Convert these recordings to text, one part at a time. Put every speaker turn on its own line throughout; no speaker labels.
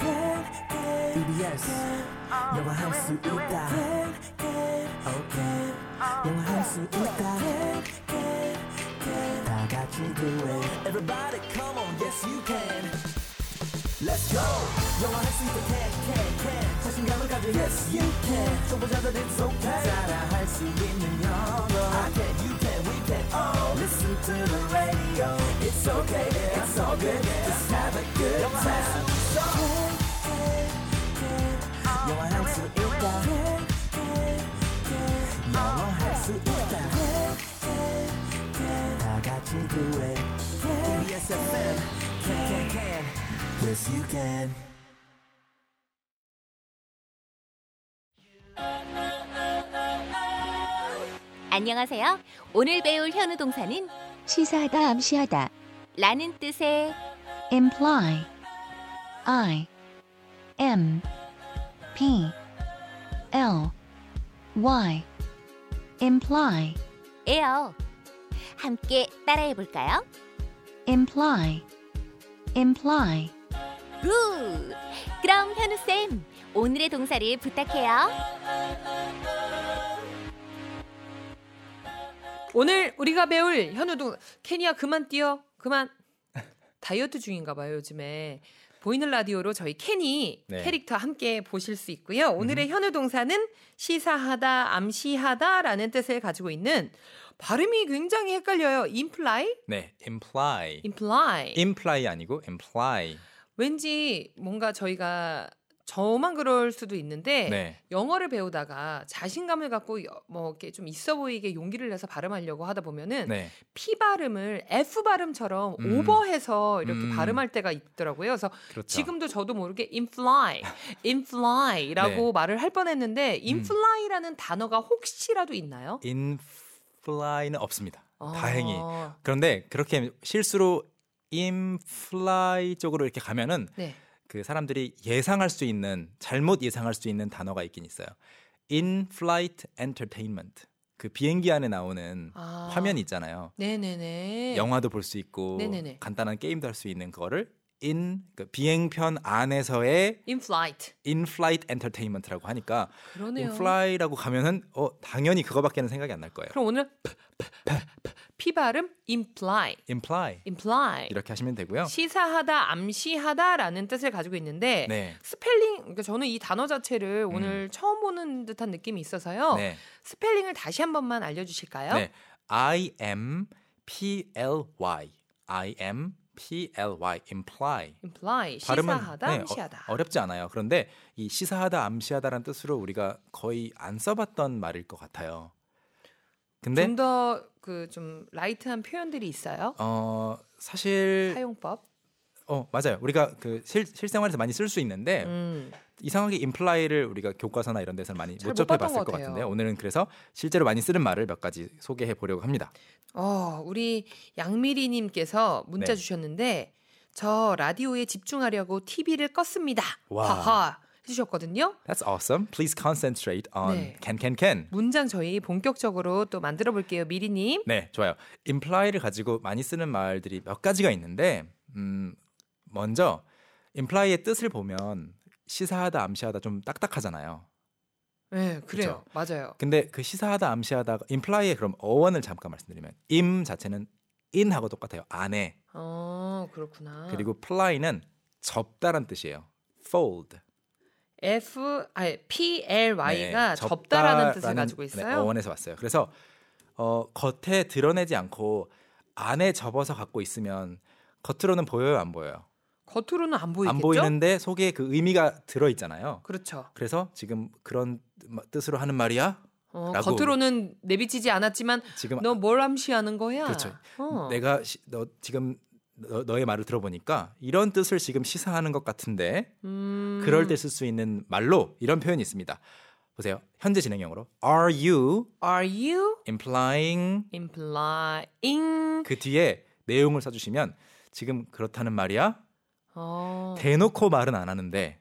E yes 영화할 수 있다 E okay 영화할 수 있다 다 같이 do it everybody come on yes you can Let's go 영화할 수 있다 can E can can 자신감을 가져 yes you can 초보자들 it's okay 따라할 수 있는 영어 I can you can we can all listen to the radio it's okay yeah, it's all good just have a good time 영화할 수 있다 영화할 수 있다 다 같이 do it KBS FM can can can yes you can
안녕하세요. 오늘 배울 현우 동사는
시사하다 암시하다
라는 뜻의
imply i m p l y imply
에요. 함께 따라해 볼까요?
imply imply
굿! 그럼 현우쌤, 오늘의 동사를 부탁해요.
오늘 우리가 배울 현우도 케니야 그만 뛰어 그만 다이어트 중인가 봐요 요즘에 보이는 라디오로 저희 케니
네. 음.
캐릭터 함께 보실 수 있고요 오늘의 현우 동사는 시사하다 암시하다라는 뜻을 가지고 있는 발음이 굉장히 헷갈려요 imply
네, imply.
imply
imply 아니고 imply.
왠지 뭔가 저희가 저만 그럴 수도 있는데
네.
영어를 배우다가 자신감을 갖고 여- 뭐 이렇게 좀 있어 보이게 용기를 내서 발음하려고 하다 보면은
네.
P 발음을 F 발음처럼
음.
오버해서 이렇게
음.
발음할 때가 있더라고요. 그래서
그렇죠.
지금도 저도 모르게 imply, imply라고
네.
말을 할 뻔했는데 imply라는 단어가 혹시라도 있나요?
infly는 없습니다.
아.
다행히. 그런데 그렇게 실수로 imply 쪽으로 이렇게 가면은
네.
그 사람들이 예상할 수 있는 잘못 예상할 수 있는 단어가 있긴 있어요. in-flight entertainment. 그 비행기 안에 나오는
아.
화면 있잖아요.
네네네.
영화도 볼 수 있고
네네네.
간단한 게임도 할 수 있는 그거를 in 그 비행편 안에서의
inflight.
in-flight entertainment라고 하니까
그러네요.
in-fly라고 가면은 어 당연히 그거밖에는 생각이 안 날 거예요.
그럼 오늘 P, P, P, P, P 발음 imply,
imply
imply.
이렇게 하시면 되고요.
시사하다, 암시하다라는 뜻을 가지고 있는데
네.
스펠링 그러니까 저는 이 단어 자체를 오늘 처음 보는 듯한 느낌이 있어서요.
네.
스펠링을 다시 한 번만 알려주실까요?
네. I M P L Y. I M P L Y imply.
imply
발음은
시사하다,
네,
암시하다.
어, 어렵지 않아요. 그런데 이 시사하다 암시하다라는 뜻으로 우리가 거의 안 써봤던 말일 것 같아요. 근데
좀 더 그 좀 라이트한 표현들이 있어요.
어 사실
사용법.
어 맞아요. 우리가 그 실, 실생활에서 많이 쓸 수 있는데
음.
이상하게 imply를 우리가 교과서나 이런 데서 는 많이
잘
못
못
접해봤을
봤던
것,
것 같아요.
같은데 오늘은 그래서 실제로 많이 쓰는 말을 몇 가지 소개해 보려고 합니다.
어, 우리 양미리님께서 문자
네.
주셨는데 저 라디오에 집중하려고 TV를 껐습니다.
와.
하하 해주셨거든요.
That's awesome. Please concentrate on
네.
can can can.
문장 저희 본격적으로 또 만들어 볼게요, 미리님.
네, 좋아요. imply를 가지고 많이 쓰는 말들이 몇 가지가 있는데 음, 먼저 imply의 뜻을 보면 시사하다 암시하다 좀 딱딱하잖아요.
네, 그래요, 맞아요.
근데 그 시사하다 암시하다 imply의 그럼 어원을 잠깐 말씀드리면 im 자체는 in하고 똑같아요. 안에
어, 그렇구나.
그리고 ply는 접다란 뜻이에요. fold.
F, 아니 P L
네,
Y가 접다라는 뜻을
접다라는,
가지고
네,
있어요.
어원에서 왔어요. 그래서 어, 겉에 드러내지 않고 안에 접어서 갖고 있으면 겉으로는 보여요, 안 보여요?
겉으로는 안 보이겠죠?
안 보이는데 속에 그 의미가 들어 있잖아요.
그렇죠.
그래서 지금 그런 마- 뜻으로 하는 말이야?
어,
라고.
겉으로는 내비치지 않았지만
지금
너 뭘 암시하는 거야?
그렇죠.
어.
내가 시- 너 지금 너, 너의 말을 들어보니까 이런 뜻을 지금 시사하는 것 같은데
음,
그럴 때 쓸 수 있는 말로 이런 표현이 있습니다. 보세요. 현재 진행형으로 Are you
Are you
implying
implying?
그 뒤에 내용을 써주시면 지금 그렇다는 말이야?
어,
대놓고 말은 안 하는데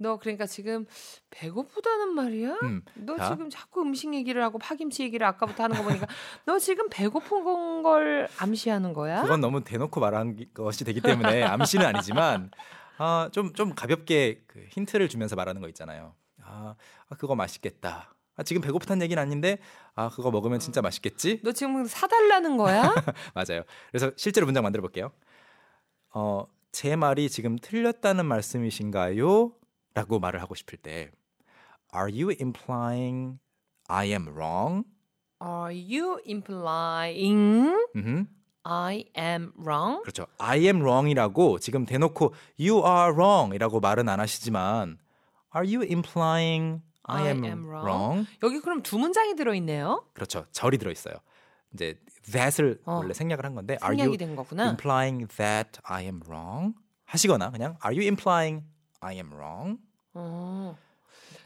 너 그러니까 지금 배고프다는 말이야?
음,
너
자.
지금 자꾸 음식 얘기를 하고 파김치 얘기를 아까부터 하는 거 보니까 너 지금 배고픈 걸 암시하는 거야?
그건 너무 대놓고 말한 기- 것이 되기 때문에 암시는 아니지만 아, 좀, 좀 가볍게 그 힌트를 주면서 말하는 거 있잖아요. 아, 아, 그거 맛있겠다. 아, 지금 배고프다는 얘기는 아닌데, 아, 그거 먹으면 진짜 맛있겠지?
너 지금 사달라는 거야?
맞아요. 그래서 실제로 문장 만들어 볼게요. 어, 제 말이 지금 틀렸다는 말씀이신가요? 라고 말을 하고 싶을 때, Are you implying I am wrong?
Are you implying
음흠.
I am wrong?
그렇죠. I am wrong이라고 지금 대놓고 you are wrong이라고 말은 안 하시지만 are you implying I, am, wrong?
여기 그럼 두 문장이 들어있네요.
그렇죠. 절이 들어 있어요. 이제 that을
어.
원래 생략을 한 건데 are
생략이
you
된 거구나.
implying that I am wrong? 하시거나 그냥 are you implying I am wrong?
어.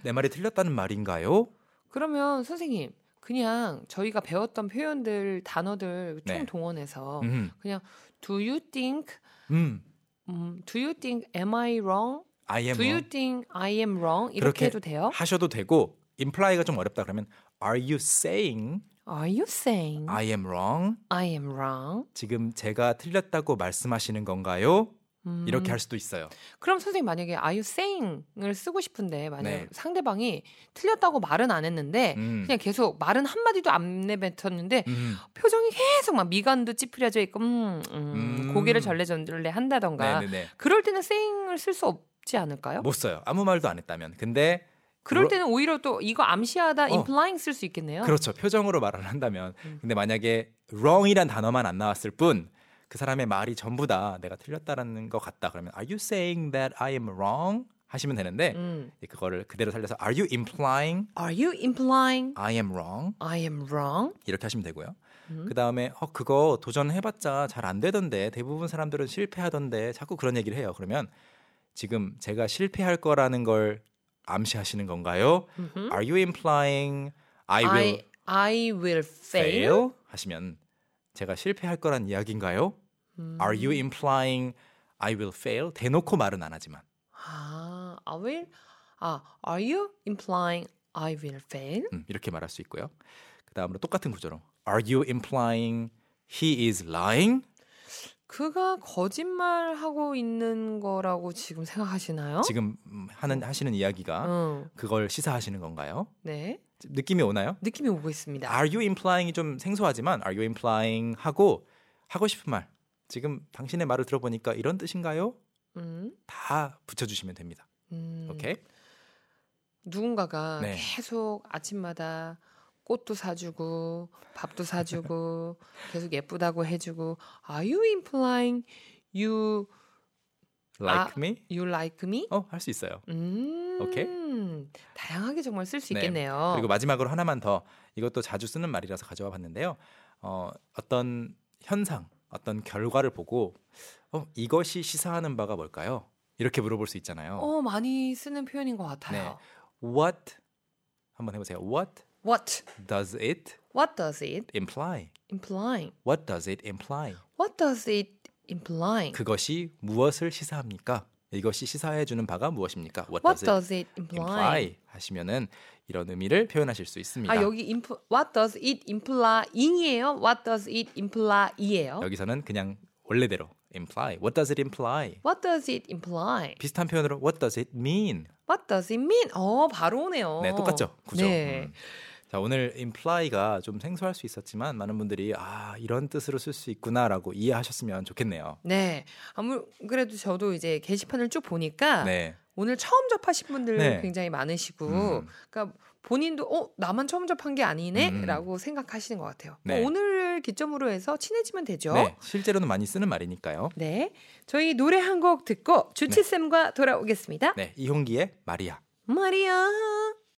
내 말이 틀렸다는 말인가요?
그러면 선생님 그냥 저희가 배웠던 표현들 단어들 총
네.
동원해서
음.
그냥 Do you think?
음.
음, do you think? Am I wrong?
I am
Do you
wrong
think I am wrong? 이렇게
예, 뭐. 그렇게
해도 돼요?
하셔도 되고 imply가 좀 어렵다 그러면 are you saying
Are you saying I,
I am wrong?
am wrong?
지금 제가 틀렸다고 말씀하시는 건가요?
음,
이렇게 할 수도 있어요.
그럼 선생님 만약에 Are you saying을 쓰고 싶은데 만약
네.
상대방이 틀렸다고 말은 안 했는데
음.
그냥 계속 말은 한 마디도 안 내뱉었는데
음.
표정이 계속 막 미간도 찌푸려져 있고 음, 음,
음.
고개를 절레절레 한다던가
네네네. 뭐,
그럴 때는 saying을 쓸 수 없지 않을까요?
못 써요. 아무 말도 안 했다면. 근데
그럴
물어-
때는 오히려 또 이거 암시하다
어.
implying 쓸 수 있겠네요.
그렇죠. 표정으로 말을 한다면.
음.
근데 만약에 wrong이란 단어만 안 나왔을 뿐 그 사람의 말이 전부 다 내가 틀렸다라는 것 같다. 그러면 are you saying that I am wrong? 하시면 되는데
음.
그거를 그대로 살려서 are you implying
Are you implying
I am wrong?
I am wrong?
이렇게 하시면 되고요.
음.
그 다음에 어 그거 도전해봤자 잘 안 되던데 대부분 사람들은 실패하던데 자꾸 그런 얘기를 해요. 그러면 지금 제가 실패할 거라는 걸 암시하시는 건가요?
음흠.
Are you implying I will
I, I will fail.
fail? 하시면 제가 실패할 거란 이야기인가요?
음.
Are you implying I will fail? 대놓고 말은 안 하지만
아, I will. 아, are you implying I will fail?
음, 이렇게 말할 수 있고요. 그 다음으로 똑같은 구조로 Are you implying he is lying?
그가 거짓말하고 있는 거라고 지금 생각하시나요?
지금 음, 하는 하시는 이야기가
응,
그걸 시사하시는 건가요?
네.
느낌이 오나요?
느낌이 오고 있습니다.
Are you implying이 좀 생소하지만 Are you implying 하고 하고 싶은 말 지금 당신의 말을 들어보니까 이런 뜻인가요?
음,
다 붙여주시면 됩니다.
음.
오케이?
누군가가
네.
계속 아침마다 꽃도 사주고 밥도 사주고 계속 예쁘다고 해주고 Are you implying you 아.
Like me?
you like me?
어, 할 수 있어요.
음,
오케이.
다양하게 정말 쓸 수
네.
있겠네요.
그리고 마지막으로 하나만 더 이것도 자주 쓰는 말이라서 가져와 봤는데요. 어, 어떤 현상, 어떤 결과를 보고 어, 이것이 시사하는 바가 뭘까요? 이렇게 물어볼 수 있잖아요.
어 많이 쓰는 표현인 것
네.
같아요.
What 한번 해보세요. What
What
does it
What does it
imply?
imply?
What does it imply?
What does it imply?
그것이 무엇을 시사합니까? 이것이 시사해 주는 바가 무엇입니까? What,
What
does, it
does it imply?
imply? 하시면은 이런 의미를 표현하실 수 있습니다.
아 여기 imp, What does it implying이에요? What does it imply이에요?
서는 그냥 원래대로 imply. What does it imply?
What does it imply?
비슷한 표현으로 What does it mean?
What does it mean? 어 바로 오네요.
네, 똑같죠. 구조.
네.
음. 자, 오늘 imply가 좀 생소할 수 있었지만 많은 분들이 아 이런 뜻으로 쓸 수 있구나라고 이해하셨으면 좋겠네요.
네, 아무 그래도 저도 이제 게시판을 쭉 보니까
네.
오늘 처음 접하신 분들
네.
굉장히 많으시고,
음.
그러니까 본인도 어 나만 처음 접한 게
음.
아니네라고 생각하시는 것 같아요.
네.
뭐 오늘을 기점으로 해서 친해지면 되죠.
네, 실제로는 많이 쓰는 말이니까요.
네. 저희 노래 한 곡 듣고 주치쌤과 돌아오겠습니다.
네, 이홍기의 마리아.
마리아.